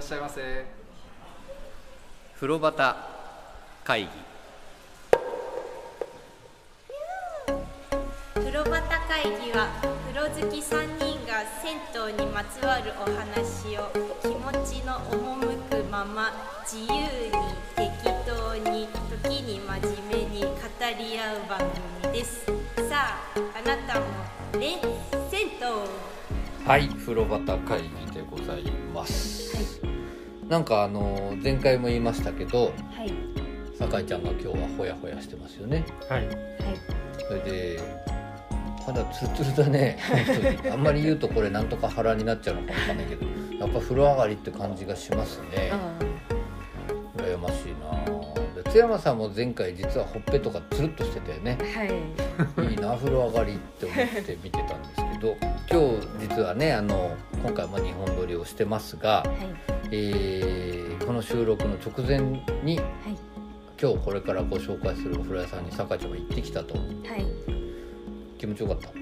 しゃいませ風呂端会議風呂端会議は風呂好き3人が銭湯にまつわるお話を気持ちの赴くまま自由に適当に時に真面目に語り合う番組ですさああなたもね銭はい風呂端会議でございます、なんかあのー前回も言いましたけど湯はい酒井ちゃんが今日はほやほやしてますよねはいそれで肌ツルツルだね本当にあんまり言うとこれなんとか腹になっちゃうのかわかんないけどやっぱ風呂上がりって感じがしますね羨ましいなぁで津山さんも前回実はほっぺとかつるっとしてたよねはいい な風呂上がりって思って見てたんですけど今日実はねあの今回も日本撮りをしてますが、いはいえーこの収録の直前にはい今日これからご紹介するお風呂屋さんに酒井ちゃんが行ってきたとはい気持ちよかったあ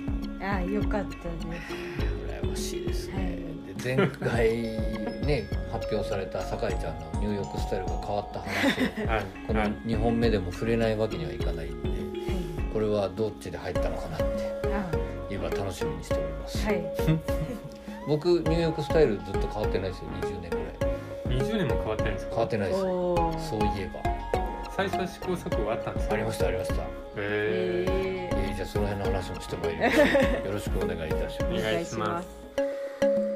ーよかったです羨ましいですはねい。で前回ね発表された酒井ちゃんの入浴スタイルが変わった話をはい この2本目でも触れないわけにはいかないんではいこれはどっちで入ったのかなってあ今楽しみにしております、ーはい僕入浴スタイルずっと変わってないですよ20年ぐらい20年も変わってないんですか変わってないですおーそういえ最初は試行錯誤あったんですばかありましたありましたへえええーじゃあその辺の話もしてまいりましょ うよろしくお願いいたしまーおす願いします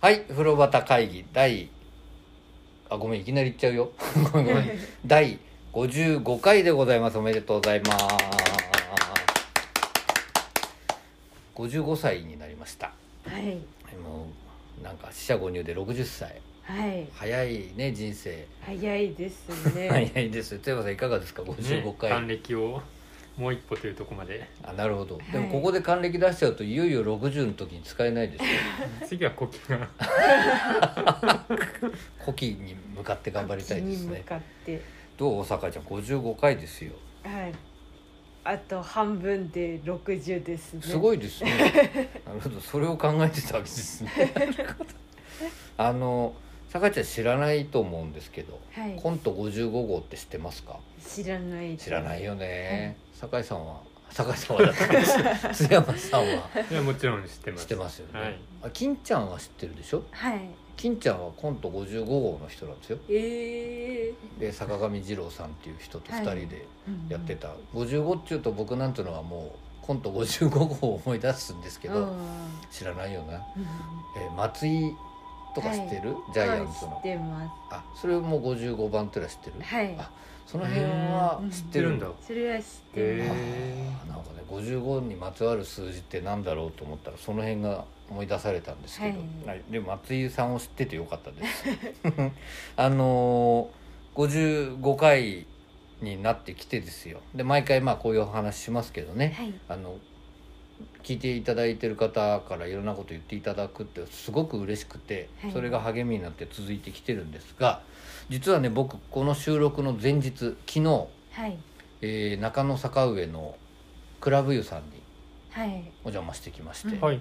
はい風呂端会議第あごめんいきなり言っちゃうよ ごめんごめ ん第55回でございますおめでとうございます55歳になりましたはいもうなんか四捨五入で60歳はい早いね人生早いです ね、早いですよ津山さんいかがですか55回、還暦をもう一歩というとこまであなるほど、いでもここで還暦出しちゃうといよいよ60の時に使えないですよ次は呼吸が古希に向かって頑張りたいですに向ねかってどう大阪ちゃん55回ですよはいあと半分で60ですねすごいですね。 なるほど、それを考えてたわけですね。なるほどあの、坂井ちゃん知らないと思うんですけど、はいコント55号って知ってますか。知らない知らないよね。坂井さんは、坂井さんはだったけど、津山さんはいやもちろん知ってま知すってますよね。はいあ、金ちゃんは知ってるでしょはい金ちゃんはコント55号の人なんですよ。ええで、坂上二郎さんっていう人と二人でー、やってた。55っていうと、僕なんていうのはもう、コント55号を思い出すんですけけど、知らないよね。えー松井とか知ってる、ジャイアンツ知のっ、てまあそれも55番っていうのは知ってる、すはいあその辺はうん知って知ってるるんんだだ、へそれは知ってますえあーなんかね55にまつわる数字ってなんだろうと思ったらその辺が思い出されたんですけど、ははいでも松井さんを知っててよかったです あのー、55回になってきてですよで毎回まあこういうお話しますけどね、はいあの聞いていただいてる方からいろんなこと言っていただくってすごく嬉しくて、はいそれが励みになって続いてきてるんですが実はね僕この収録の前日昨日、はいえー中野坂上のクラブ湯さんにはいお邪魔してきまして、はい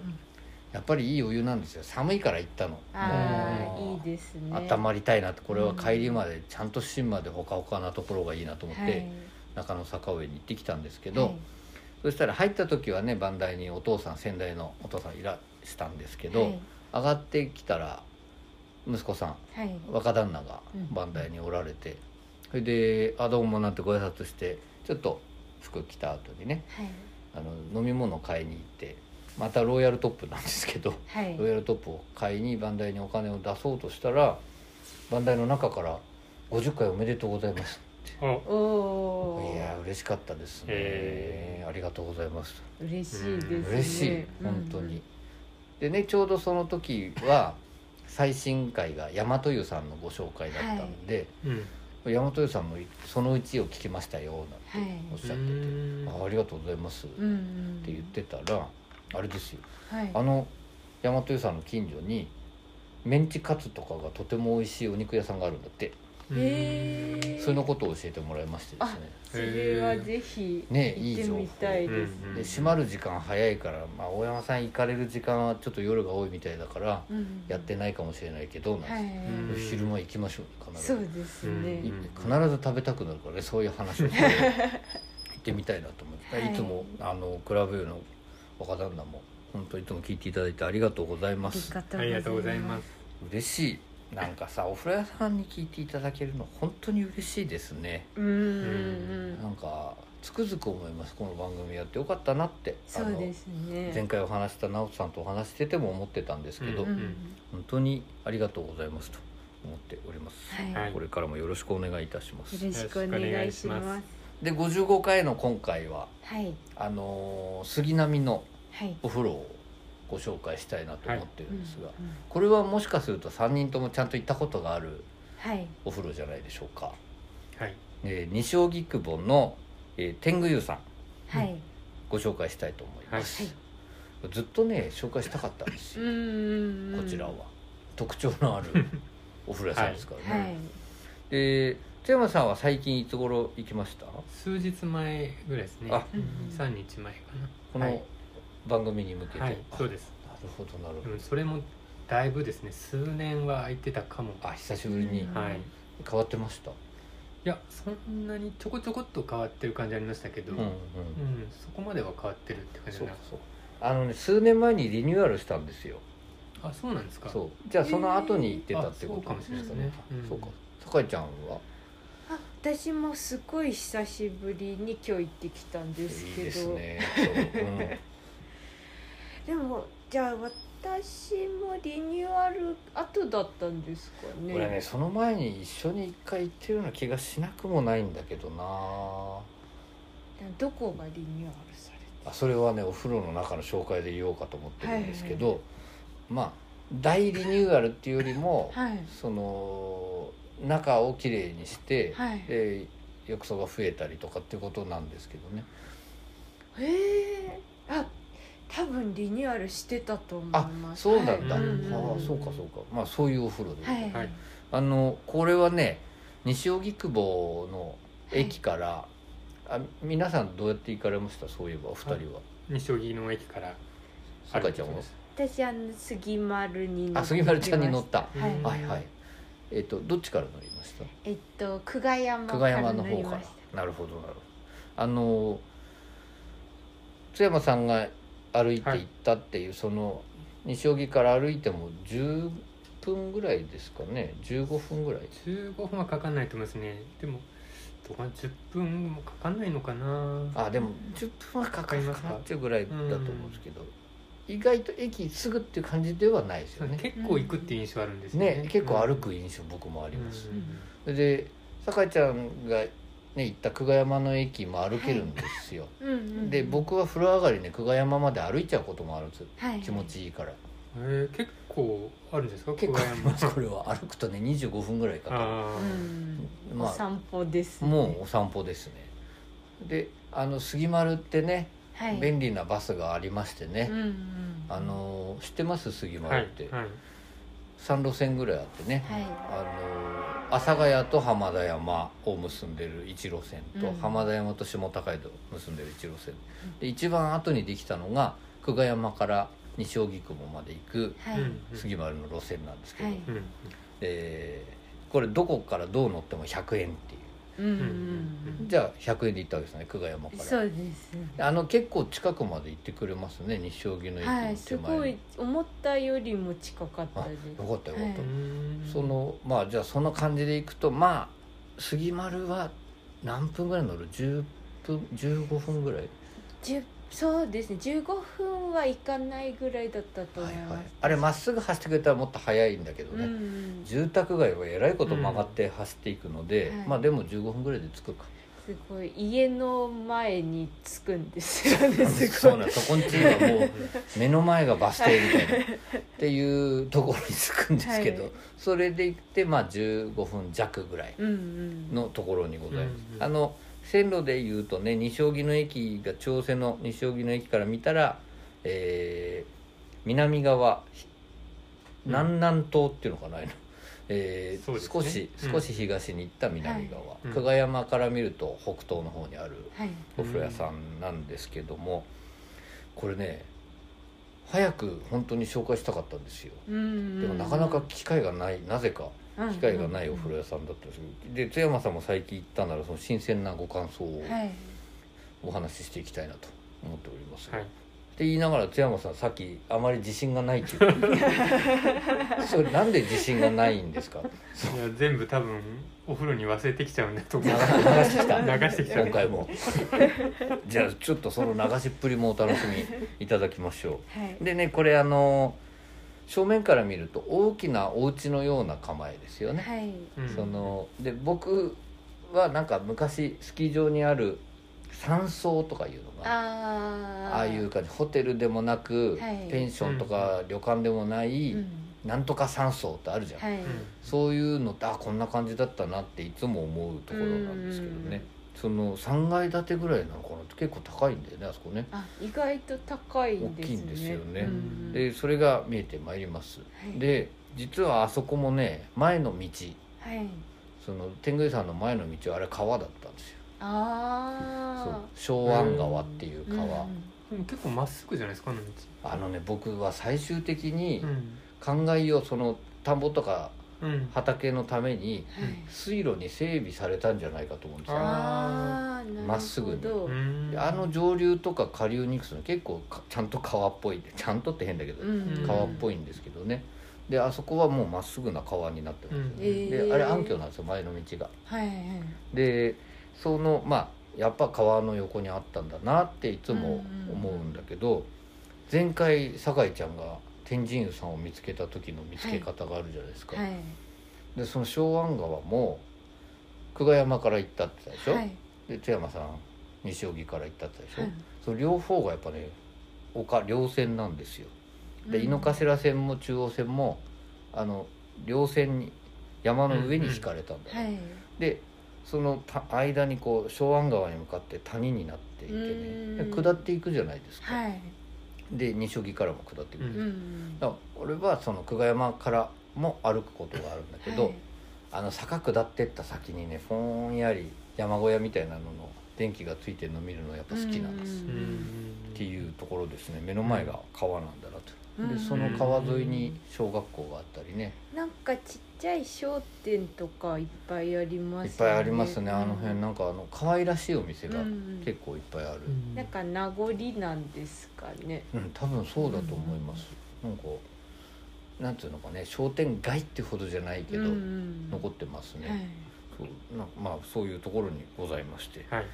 やっぱりいいお湯なんですよ寒いから行ったの。ああもういいですね温まりたいなってこれはうん帰りまでちゃんと芯までほかほかなところがいいなと思って、はい中野坂上に行ってきたんですけど、そしたら入った時はね番台にお父さん先代のお父さんいらしたんですけど、はい上がってきたら息子さんはい若旦那がうん番台におられて、それで「あどうも」なんてご挨拶してちょっと服着た後にねあの飲み物買いに行ってまたロイヤルトップなんですけど、はいはいロイヤルトップを買いに番台にお金を出そうとしたら番台の中から「50回おめでとうございます」あおおいやー嬉しかったですね、へありがとうございます嬉しいですね嬉しい本当に、でねちょうどその時は最新回が大和湯さんのご紹介だったんで、うん大和湯さんもそのうちを聞きましたよなんてはいおっしうゃってて、ーんあありがとうございますっうんうんて言ってたらあれですよはいあの大和湯さんの近所にメンチカツとかがとても美味しいお肉屋さんがあるんだってへえそれのことを教えてもらいましてですねそれはぜひねいい行ってみたいです情報で閉まる時間早いから、まあ、大山さん行かれる時間はちょっと夜が多いみたいだからうんやってないかもしれないけどなんつって、はいん昼間行きましょう必ずそうですいね必ず食べたくなるからねそういう 話をして行ってみたいなと思って、はいい、つもあのクラブの若旦那も本当いつも聞いていただいてありがとうございまありすがとうございますありがとうございます嬉しいなんかさお風呂屋さんに聞いていただけるの本当に嬉しいですねうんうんうなんんかつくづく思いますこの番組やってよかったなってあそのうですね前回お話しした直人さんとお話ししてても思ってたんですけど、ううんん本当にありがとうございますと思っております、ははいいこれからもよろしくお願いいたしますよろしくお願いしよろしくお願まいすで55回の今回ははいあのー杉並のはいお風呂をご紹介したいなと思ってるんですが、うんうんこれはもしかすると3人ともちゃんと行ったことがあるはいお風呂じゃないでしょうか、はいえー西荻窪の、えー天狗湯さんはいご紹介したいと思います、はいずっとね紹介したかったんですうよ、んうんうんこちらは特徴のあるお風呂屋さんですからね、はいで津山さんは最近いつ頃行きました数日前ぐらいですねあうん三日前かこなはのい番組に向けて、はいあそうですなるほどなるでほどもそれもだいぶですね数年は空いてたかもあ久しぶりにうんはい変わってました、いやそんなにちょこちょこっと変わってる感じありましたけど、うんううんんそこまでは変わってるって感じそだうなそうあのね数年前にリニューアルしたんですよあそうなんですかうそうじゃあその後に行ってたってことあそうかもしれないですねうんそうか酒井ちゃんはあ私もすごい久しぶりに今日行ってきたんいですいけですどねそう、うん、でもじゃあ私もリニューアル後だったんですかね俺ねその前に一緒に一回行ってるような気がしなくもないんだけどなどこがリニューアルされあそれはねお風呂の中の紹介で言おうかと思ってるんですけど、まあ大リニューアルっていうよりも、たはいその中をきれいにして、はいで浴槽が増えたりとかっていうことなんですけどねへえあ多分リニューアルしてたと思いあますそうなんだ、はいんんああそうかそうかまあそういうお風呂で、はい、はいあのこれはね西荻窪の駅から、あ皆さんどうやって行かれましたそういえばお二人は、西荻の駅からさかちゃん歩いはてき私あの杉丸に乗ってきまあした杉丸ちゃんに乗った、ましたうんはいはいえっ、とどっちから乗りましたえっと久我山久我山の方乗りかましたらなるほどなるほどあの津山さんが歩いて行ったっていう、その西荻から歩いても10分ぐらいですかね15分ぐらい15分はかかんないと思いますねでもどうかな10分もかかんないのかなあでも10分はかかるかなっていうぐらいだと思うんですけど、意外と駅すぐっていう感じではないですよね結構行くっていう印象あるんですよねね結構歩うんく印象僕もあります、うんそれで酒井ちゃんがね行った久我山の駅も歩けるんですよ、うんうんで僕は風呂上がりね久我山まで歩いちゃうこともあるんですよはい気持ちいいからえー結構あるんですか結構あります 久我山これは歩くとね25分ぐらいかかあうーんるおまあ散歩です、ね、もうお散歩ですねであの杉丸ってね、はい便利なバスがありましてねうん、うんあの知ってます杉は丸っいて、はい3路線ぐらいあってね、はいあの阿佐ヶ谷と浜田山を結んでる1路線と、うん浜田山と下高井戸を結んでる1路線で一番後にできたのが久我山から西荻窪まで行くはい、うんうん杉丸の路線なんですけど、はいうんうんえーこれどこからどう乗っても100円っていううんうんうんじゃあ100円で行ったわけですね久我山うんかそらうですねあの結構近くまで行ってくれますね西荻の駅はのい、す手前に、ごい思ったよりも近かったです。あよかったよはかった、うんそのまあじゃあそんな感じでいくとまあ杉丸は何分ぐらい乗る10分15分ぐらい、十そうですね、十五分はいかないぐらいだったと思はいいます。はい、あれまっすぐ走ってくれたらもっと早いんだけどうんね、うん、住宅街はえらいこと曲がって走っていくので、うんはい まあでも15分ぐらいで着くか、すごい家の前に着くんですよねすそごういなんそこんちはもう目の前がバス停みたいなっていうところに着くんですけど、はいそれで行ってまあ15分弱ぐらいうんうんのところにございます、うんうんあの線路でいうとね西荻野駅が調整の西荻野駅から見たら、えー南側うん南南東っていうのかな、あれのえーそうですね少しうん少し東に行った南側、いうん久我山から見ると北東の方にあるはいお風呂屋さんなんですけども、これね早く本当に紹介したかったんですようんうんでもなかなか機会がないなぜか機会がないお風呂屋さんだったんですけどで津山さんも最近行ったならその新鮮なご感想をはいお話ししていきたいなと思っております、はいって言いながら津山さんさっきあまり自信がないって言って それなんで自信がないんですかいや全部多分お風呂に忘れてきちゃうんだと流思流うしてきた流してきた今回もじゃあちょっとその流しっぷりもお楽しみいただきましょうはいでねこれあの正面から見ると大きなお家のような構えですよね、はいうんそので僕はなんか昔スキー場にある山荘とかいうのがあーああいう感じホテルでもなく、はいペンションとか旅館でもない、うんなんとか山荘ってあるじゃん、はいそういうのってあこんな感じだったなっていつも思うところなんですけどねその3階建てぐらいなのかなって結構高いんだよねあそこねあ意外と高いんですね大きいんですよねうんうんでそれが見えてまいりますはいで実はあそこもね前の道はいその天狗山の前の道はあれ川だったんですよそうあ昭湾川っていうあ川、でも結構まっすぐじゃないですかあの道あのね僕は最終的にうん灌漑をその田んぼとかうん畑のためにはい水路に整備されたんじゃないかと思うんですよねあーなるほどまっすぐにうんであの上流とか下流に行くとね結構かちゃんと川っぽいちゃんとって変だけど、うん川っぽいんですけどねであそこはもうまっすぐな川になってますよね、うんであれ暗渠なんですよ前の道がはいはいでそのまあやっぱ川の横にあったんだなっていつも思うんだけど、前回酒井ちゃんが天神湯さんを見つけた時の見つけ方があるじゃないですか、はいでその昭安川も久我山から行ったって言ったでしょ、はいで津山さん西荻から行ったって言ったでしょ、はいその両方がやっぱね丘両線なんですよで井の頭線も中央線もあの両線に山の上に引かれたんだね、はいでそのた間にこう昭安川に向かって谷になっていてねうんで下っていくじゃないですか、はいで西荻からも下っていく、うんうんうんだから俺はその久我山からも歩くことがあるんだけど、はいあの坂下ってった先にねぼんやり山小屋みたいなのの電気がついてるの見るのやっぱ好きなんです、ううんんっていうところですね目の前が川なんだなと、うんでその川沿いに小学校があったりね、なんかちっちゃい商店とかいっぱいありますいっぱいありますね、うんあの辺なんかあの可愛らしいお店がうん結構いっぱいある、うんなんか名残なんですかねうん、多分そうだと思います、なんかなんていうのかね商店街ってほどじゃないけど、残残ってますね、はいそうなまあそういうところにございましてはい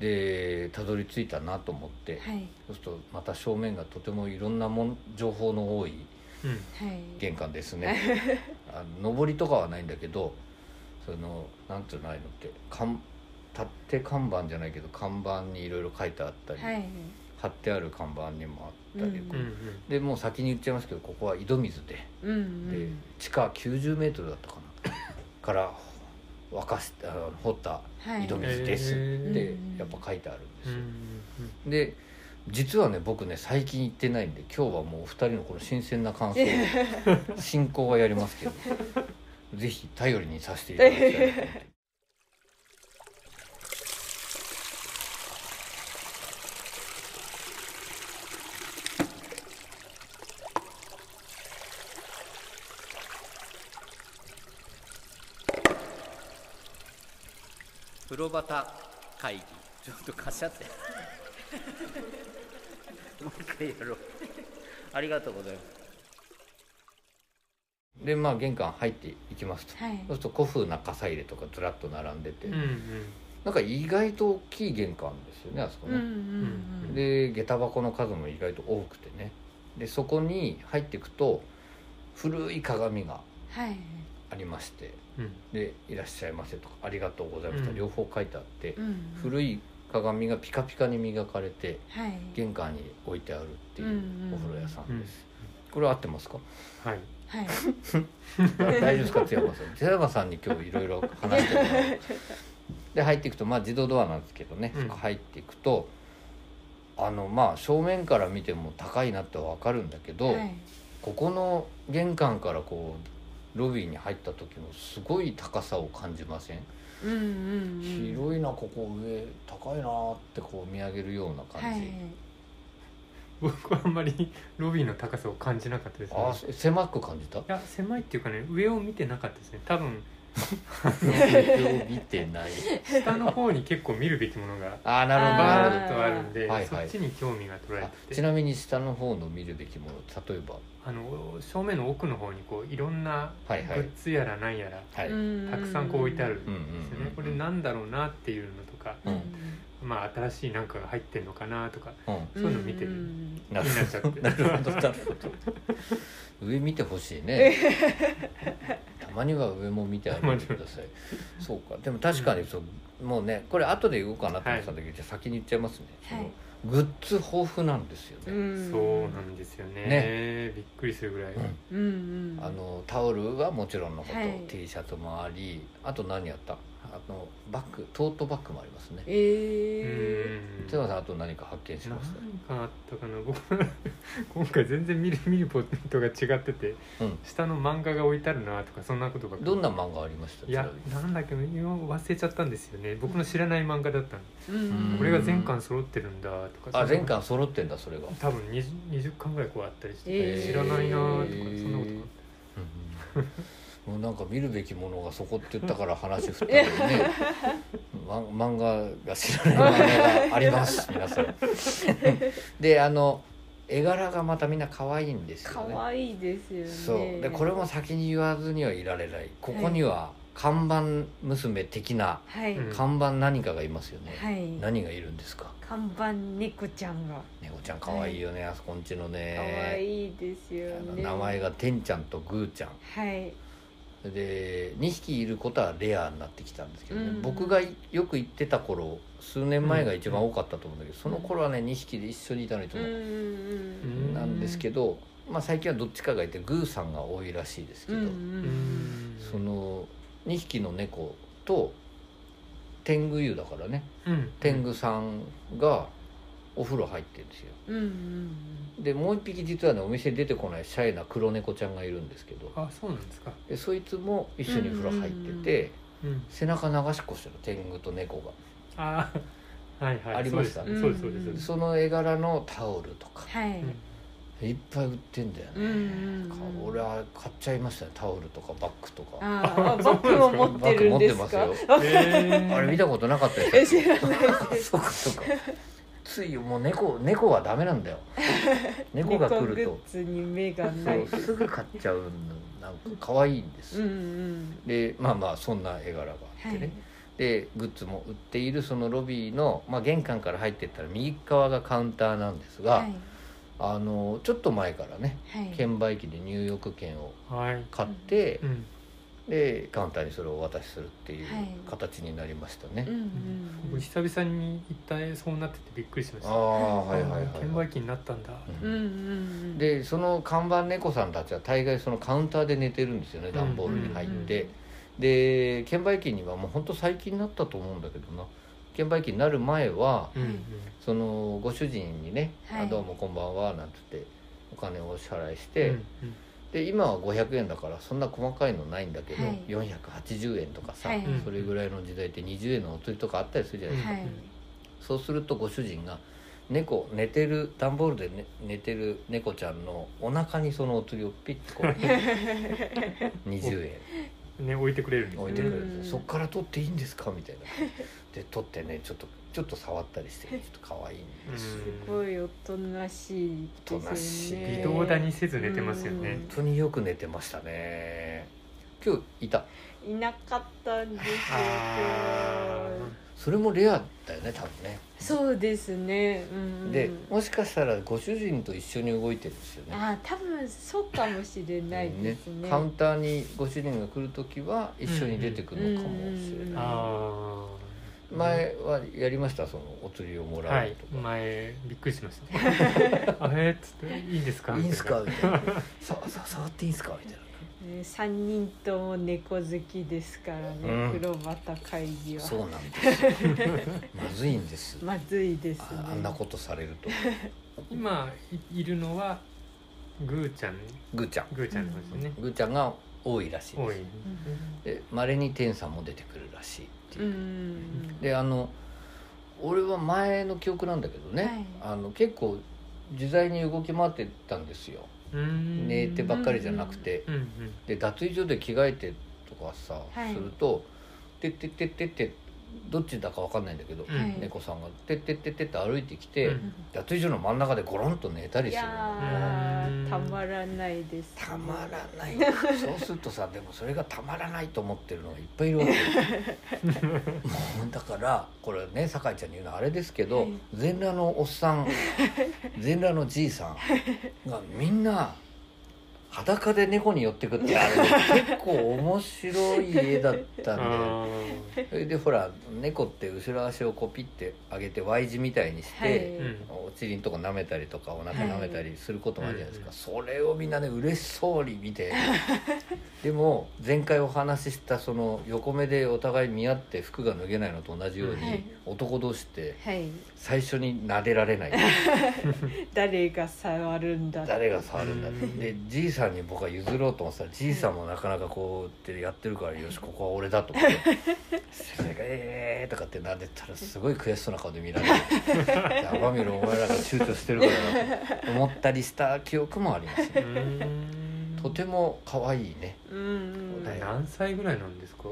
でたどり着いたなと思って、はいそうするとまた正面がとてもいろんなもん情報の多いうんはい玄関ですね あの上りとかはないんだけどそのなんていうのああいうのって看立って看板じゃないけど看板にいろいろ書いてあったり、はい貼ってある看板にもあったり、うんうんうんでもう先に言っちゃいますけどここは井戸水でうんで地下9 0ルだったかなから沸かしあの掘ったうんはい井戸水ですってうんやっぱ書いてあるんですうんうよ、んで実はね僕ね最近行ってないんで今日はもうお二人のこの新鮮な感想を進行はやりますけどぜひ頼りにさせていただきたいなと思って。風呂端会議ちょっとかしゃって もう一回やろうありがとうございますでまあ玄関入っていきますと、はいそうすると古風な傘入れとかずらっと並んでて、うんうんなんか意外と大きい玄関ですよねあそこうんうんね、うんで下駄箱の数も意外と多くてねでそこに入っていくと古い鏡がはいありましてうんで「いらっしゃいませ」とか「ありがとうございました」うん両方書いてあってう、ん、古い鏡がピカピカに磨かれてはい玄関に置いてあるっていうお風呂屋さんです、これ合ってますかはいはい大丈夫ですか津山さ ん津山さんに今日いろいろ話してもらうで入っていくとまあ自動ドアなんですけどね、うんそこ入っていくとあのまあ正面から見ても高いなってわかるんだけど、はいここの玄関からこうロビーに入った時もすごい高さを感じません、うんうんうん広いなここ上高いなってこう見上げるような感じ、僕はあんまりロビーの高さを感じなかったですああねせ狭く感じ たいや狭いっていうかね上を見てなかったですね 多分見てない下の方に結構見るべきものがああなるほどなバるほーッとあるんで、はいはいそっちに興味が取どられあてちてあなみに下の方の見るべきもの例えばの正面の奥の方にこういろんなグはいはいッズやらなんやら、はい、うんうんうんたくさんこう置いてあるんうんうんですよね、うんうんこれなんだろうなっていうのとか、うんまあ新しいなんかが入ってんのかなとかうんそういうの見てるうん気になっちゃってなるほどなるほど上見てほしいねたまには上も見てあげてくださいそうかでも確かにそう、もうねこれ後で言おうかなと思ってたんだけど、じゃあ先に言っちゃいますね、そはいのグッズ豊富なんですようね、んそうなんですよねねびっくりするぐらい、うんうんうんあのタオルはもちろんのこと、はい T シャツもありあと何やったあのバッグトートバッグもありますねええうん津山さんあと何か発見しまし何かあったかな僕 今回全然見る見るポイントが違っててた、うん、下の漫画が置いてあるなとかそんなことばっかりどんな漫画ありましたいやちなみになんだっけ今忘れちゃったんですよね僕の知らない漫画だったの、うんこれが全巻揃ってるんだとかあそんな全巻揃ってんだそれが多分 20, 20巻ぐらいこうあったりして、えー知らないなとかそんなこと うんもうなんか見るべきものがそこって言ったから話振ったけどねま漫画が知らない漫画があります皆さんであの絵柄がまたみんな可愛いんですよね可愛いですよねそうでこれも先に言わずにはいられないここには看板娘的なはい、うん看板何かがいますよね、はい何がいるんですか看板猫ちゃんが猫ちゃん可愛いよね、あそこんちのね可愛いですよあのね名前がてんちゃんとぐーちゃんはいで2匹いることはレアになってきたんですけどね、うん僕がよく行ってた頃数年前が一番多かったと思うんだけうど、んその頃はね2匹で一緒にいたのにとうん思ううんうんなんですけど、まあ、最近はどっちかがいてグーさんが多いらしいですけうど、んううんんその2匹の猫と天狗湯だからねうん天狗さんがお風呂入ってるんですようんうんでもう1匹実はねお店に出てこないシャイな黒猫ちゃんがいるんですけどあそうなんですかでそいつも一緒に風呂入ってて。うん背中流しっこしてる天狗と猫があー はいはいありましたそうですそうですそううんでですその絵柄のタオルとかはい、いっぱい売ってんだよね、うんか俺は買っちゃいましたねタオルとかバッグとかああバッグを持ってるんですかバッグ持ってうんえーあれ見たことなかったえです知らないあですそうかそうかついもう猫猫はダメなんだよ猫が来る猫グとッズに目がそない。うすぐ買っちゃうのなんか可愛いんです、うんうん。でまあまあそんな絵柄があはってね、い。でグッズも売っているそのロビーの、まあ、玄関から入っていったら右側がカウンターなんですが、はい。あのちょっと前からねはい。券売機で入浴券をはい買ってう、んでカウンターにそれをお渡しするっていうはい形になりましたね、うん僕久々に一体そうなっててびっくりしましあたあはいはいはい、券売機になったんだうん。うんうん。でその看板猫さんたちは大概そのカウンターで寝てるんですよね段ボールに入って、で券売機にはもうほんと最近になったと思うんだけどな券売機になる前はうんうんそのご主人にね「はいあどうもこんばんは」なんつってお金をお支払いしうて、んで今は500円だからそんな細かいのないんだけど、はい480円とかさ、はいそれぐらいの時代って20円のお釣りとかあったりするじゃないですか、はい。そうするとご主人が猫寝てる段ボールで、ね、寝てる猫ちゃんのお腹にそのお釣りをピッ とこう20円うんね置いてくれるんですね置いてくれるうんんですそっから取っていいんですかみたいなで取ってねちょっとちょっと触ったりしてちょっと可愛いんですよすごいおとなしいおとなしですいよね。微動だにせず寝てますよねうん本当によく寝てましたね今日いたいなかったんですよ。あそれもレアだよね多分ねそうですねうんでもしかしたらご主人と一緒に動いてるんですよねああ多分そうかもしれないですねカウンターにご主人が来る時は一緒に出てくるのかもしうれんない、ああ前はやりましたそのお釣りをもらはういとか、前びっくりしました あれっつっていいんですかい、いんすかみたいな「ささ触っていいんすか?」みたいなね3人とも猫好きですからね、うん黒俣会議はそうなんですよまずいんですまずいですねああんなことされると今いいるのはグーちゃんぐーちゃんグーちゃんの方ですね、ぐーちゃんが多いらしい多でいすでまれに天さんも出てくるらしいってういう、んであの俺は前の記憶なんだけどね、あの結構自在に動き回ってたんですようーん寝てばっかりじゃなくて、うんうんで脱衣所で着替えてとかさ、はいすると「てってってってって」どっちだかわかんないんだけど、はい猫さんが「てってってって」って歩いてきて、うん脱衣所の真ん中でゴロンと寝たりいするやのーうんたまらないですねたまらないよ そうするとさでもそれがたまらないと思ってるのがいっぱいいるわけよ もうだからこれね酒井ちゃんに言うのはあれですけはどい全裸のおっさ ん全裸のじいさんがみんな裸で猫に寄ってくってあれ結構面白い家だったん あでーそれでほら猫って後ろ足をこうピッて上げて Y 字みたいにして、はいうんお尻のとこ舐めたりとかお腹舐めたりすることもあるじゃないですか、はそれをみんなね嬉しそうに見てでも前回お話ししたその横目でお互い見合って服が脱げないのと同じように、はい男同士ってはい最初に撫でられない誰が触るんだ誰が触るんだっうんてでじいさんに僕は譲ろうと思ってたらじいさんもなかなかこうってやってるからよしここは俺だと思って「それがええ」とかって撫でたらすごい悔しそうな顔で見られる。やばみろお前らが躊躇してるからなと思ったりした記憶もあります、うね、ーんとても可愛いねうんうんはい何歳ぐらいなんですか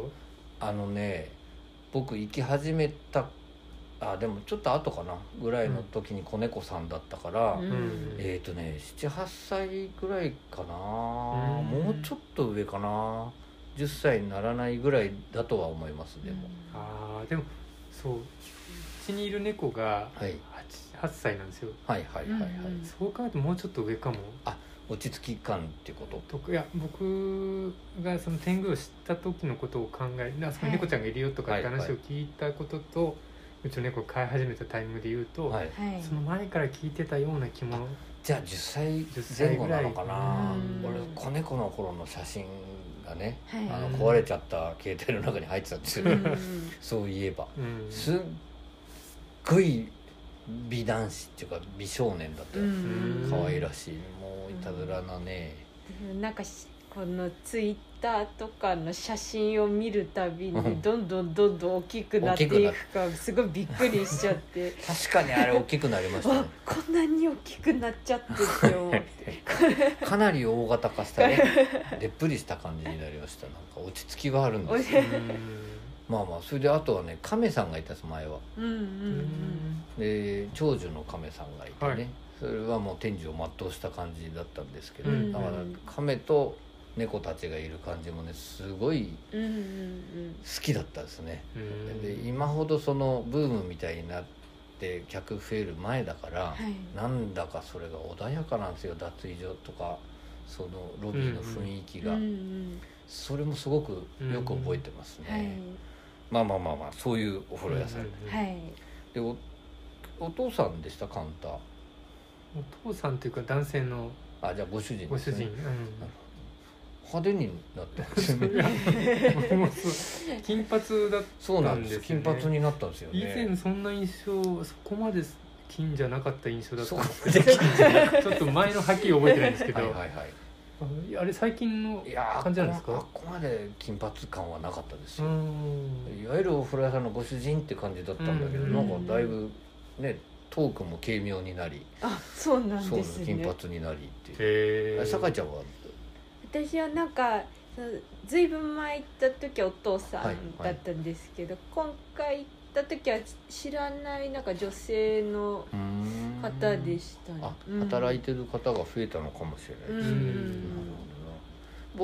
あのね僕行き始めたあでもちょっと後かなぐらいの時に子猫さんだったから、うんうんえっ、とね78歳ぐらいかなうんもうちょっと上かな10歳にならないぐらいだとは思いますでも、あーでもそううちにいる猫がはい、 8, 8歳なんですよはいはいはいはいうんそう考えるともうちょっと上かも落ち着き感っていうこととかいや僕がその天狗を知った時のことを考えあそこにはい猫ちゃんがいるよとかってはいはい話を聞いたことと、うちの猫を飼い始めたタイミングで言うと、はいはいその前から聞いてたような気もじゃあ10 10歳前歳後ぐならいのかなうん俺子猫の頃の写真がねはいあのうん壊れちゃった携帯の中に入ってたんですよ、うんうんそういえばうんすっごい美男子っていうか美少年だったよ、うん可愛らしいもういたずらなね、なんかしこのツイッターとかの写真を見るたびうんにどんどんどんどん大きくなっていくからすごいびっくりしちゃって 確かにあれ大きくなりましたわねこんなに大きくなっちゃってって思 ってかなり大型化したねでっぷりした感じになりましたなんか落ち着きはあるんですよううんまあまあそれであとはね亀さんがいたんです前はうんうんで長寿の亀さんがいてね、はいそれはもう天寿を全うした感じだったんですけど、うんだから亀と猫たちがいる感じもねすごいうんうんうん好きだったですね、うんで今ほどそのブームみたいになって客増える前だから、はいなんだかそれが穏やかなんですよ脱衣所とかそのロビーの雰囲気が、うんうんそれもすごくよく覚えてますね、はいまあまあまあまあそういうお風呂屋さん、うんうんはいでおお父さんでしたカウンターお父さんというか男性のあじゃあご主人ごで主すね人、うん派手になったんですよね もうそう金髪だそうなんですそうなんですよね金髪になったんですよ以前ねそんな印象そこまで金じゃなかった印象だったそんうでですけすどねちょっと前のはっきり覚えてないんですけどはいはいはあれ最近のいいやー感じなんですかあっこまで金髪感はなかったですうよ、んいわゆるお風呂屋さんのご主人って感じだったんだけど、うんなんかだいぶねトークも軽妙になり、あそうなんそうでですすね金髪になりっていう、へええ酒井ちゃんは私はなんかそのずいぶん前行った時はお父さはいんはだいったんですけど、今回行った時は知らないなんか女性のうーん方でしたねあ、うん働いてる方が増えたのかもしれないですね、うんなるほど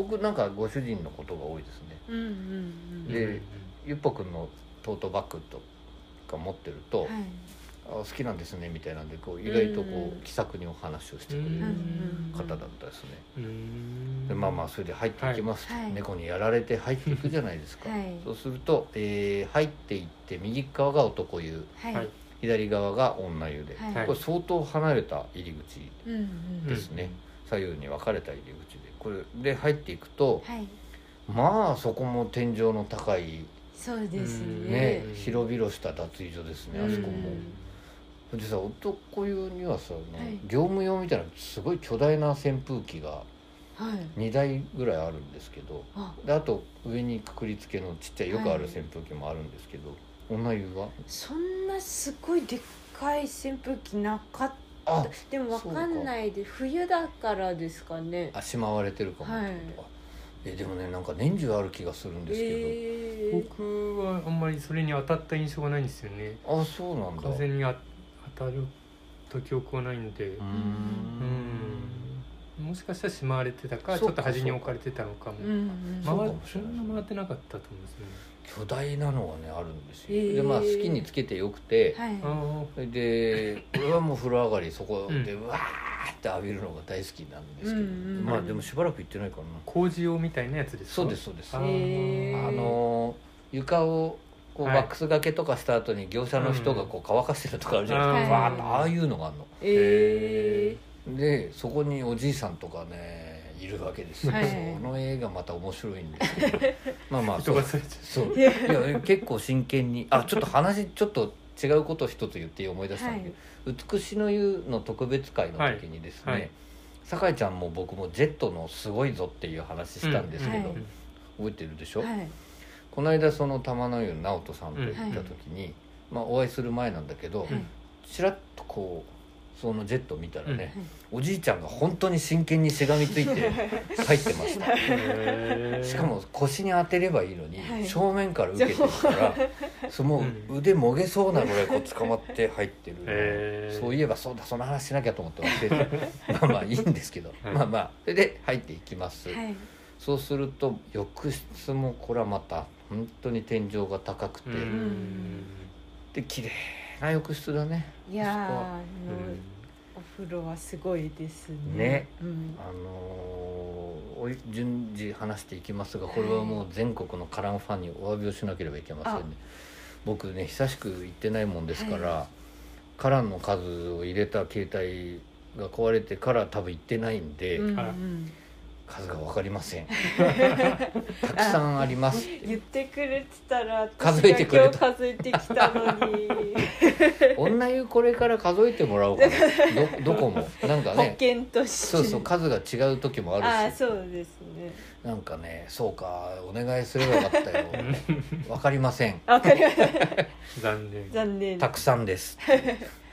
な僕なんかご主人のことが多いですねうんうんうんでゆっぽくんのトートバッグとが持ってると、はいあ好きなんですねみたいなんでこう意外とこうんう気さくにお話をしてくれんるん方だったですね、うんでまあまあそれで入っていきますと、はい猫にやられて入っていくじゃないですか、はいそうすると、えー入っていって右側が男湯はいはい左側が女湯で、はいこれ相当離れた入り口うんうんですね、左右に分かれた入り口でこれで入っていくと、はいまあそこも天井の高いそうですうんねね、広々した脱衣所ですねあそこも。でさ男湯にはさ、あのはい業務用みたいなすごい巨大な扇風機がはい2台ぐらいあるんですけどあであと上にくくりつけのちっちゃいよくあるはい扇風機もあるんですけど、女湯はそんなすごいでっかい扇風機なかったあでもわかんないで冬だからですかねあしまわれてるかもってことか、えでもねなんか年中ある気がするんですけど、えー僕はあんまりそれに当たった印象がないんですよねあそうなんだ風にあ当たると記憶はないのでうーうんんもしかしたらしまわれてたかちそうょかっと端に置かれてたのかもうんうんまそう回かっもしそれないんな回ってなかったと思うんですね巨大なのがねあるんですよ、へーでまあ好きにつけてよくて、はいああそれで俺はもう風呂上がりそこでうわーって浴びるのが大好きなんですけど、うんうんまあでもしばらく行ってないかな工事用みたいなやつですかそうですそうですああーへーの床をこうはいワックスがけとかした後に業者の人がこう乾かしてるとかあるじゃないですか、はいわーっとああいうのがあるのえでそこにおじいさんとかねいるわけですよ、はいその絵がまた面白いんです けどまあまあ人そうがそれちゃそういや結構真剣にあちょっと話ちょっと違うことを一つ言って思い出したんだけど「美しの湯」の特別会の時にですね、はいはい酒井ちゃんも僕もジェットのすごいぞっていう話したんですけど、うんはい覚えてるでしーょ、はいこの間その玉の湯の直人さんと行った時に、まあ、お会いする前なんだけど、うんちらっとこうそのジェット見たらね、おじいちゃんが本当に真剣にしがみついて入ってました。うしかも腰に当てればいいのに、はい正面から受けてるからそのうん腕もげそうなぐらいこう捕まって入ってる、へーそういえばそうだその話しなきゃと思って忘れてまあまあいいんですけど、はいまあまあそれで入っていきます、はいそうすると浴室もこれはまた本当に天井が高くて、うんで綺麗な浴室だねいやーそこあのお風呂はすごいですねねうんあのーおい順次話していきますがこれはもう全国のカランファンにお詫びをしなければいけませんね僕ね久しく行ってないもんですから、はカランの数を入れた携帯が壊れてから多分行ってないんで、うんうんあら数が分かりま せんたくさんあります言ってくれてたら数えてくれ私たが今日数えてきたのに女湯これから数えてもらおうかなどどこもなんか保 ね険としてそうそう数が違う時もあるしああそうですねなんかねそうかお願いすればよかっ たよ分かりませんわかりました残念残念たくさんです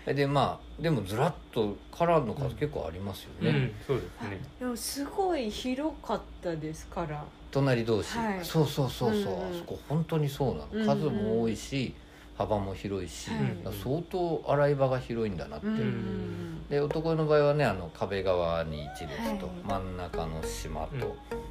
でまあでもずらっとカラーの数結構ありますよね、うんそうですねでもすごい広かったですから隣同士、はいそうそうそうそうんう、うんあそこ本当にそうなの、うんうん数も多いし幅も広いし、はいだから相当洗い場が広いんだなって、うんうんで男の場合はねあの壁側に一列と、はい真ん中の島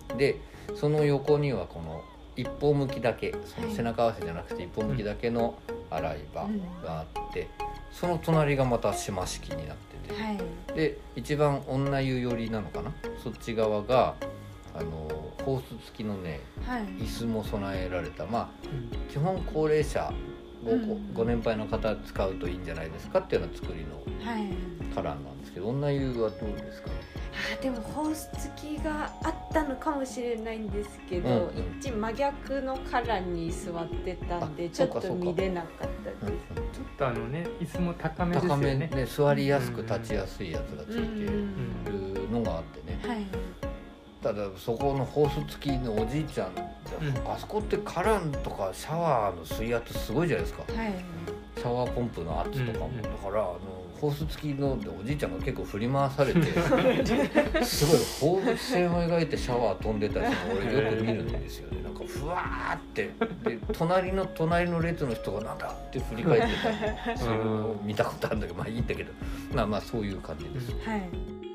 と、でその横にはこの一方向きだけその背中合わせじゃなくて一方向きだけの洗い場があって、その隣がまた島式になってて、うんはいで一番女湯寄りなのかなそっち側があのホース付きのねはい椅子も備えられたまうんあ基本高齢者ご,、うんご年配の方使うといいんじゃないですかっていうような作りのはいカラーなんですけど女湯はどうですかねあーでもホース付きがあったのかもしれないんですけど、うんうん一真逆のカラーに座ってたんであちょっそうかそとうか見れなかったです、ちょっとあのね椅子も高めです高よめねで座りやすく立ちやすいやつがつうんいてるのがあってねはいただそこのホース付きのおじいちゃんじゃあそこってカランとかシャワーの水圧すごいじゃないですかはいシャワーポンプの圧とかも、うんうんだからあのホース付きのでおじいちゃんが結構振り回さ れてすごい放物線を描いてシャワー飛んでたりするの俺よく見るんですよねなんかふわーってで隣の隣の列の人がなんだって振り返ってたりするのを見たことあるんだけどまあいいんだけどまあまあそういう感じです。はい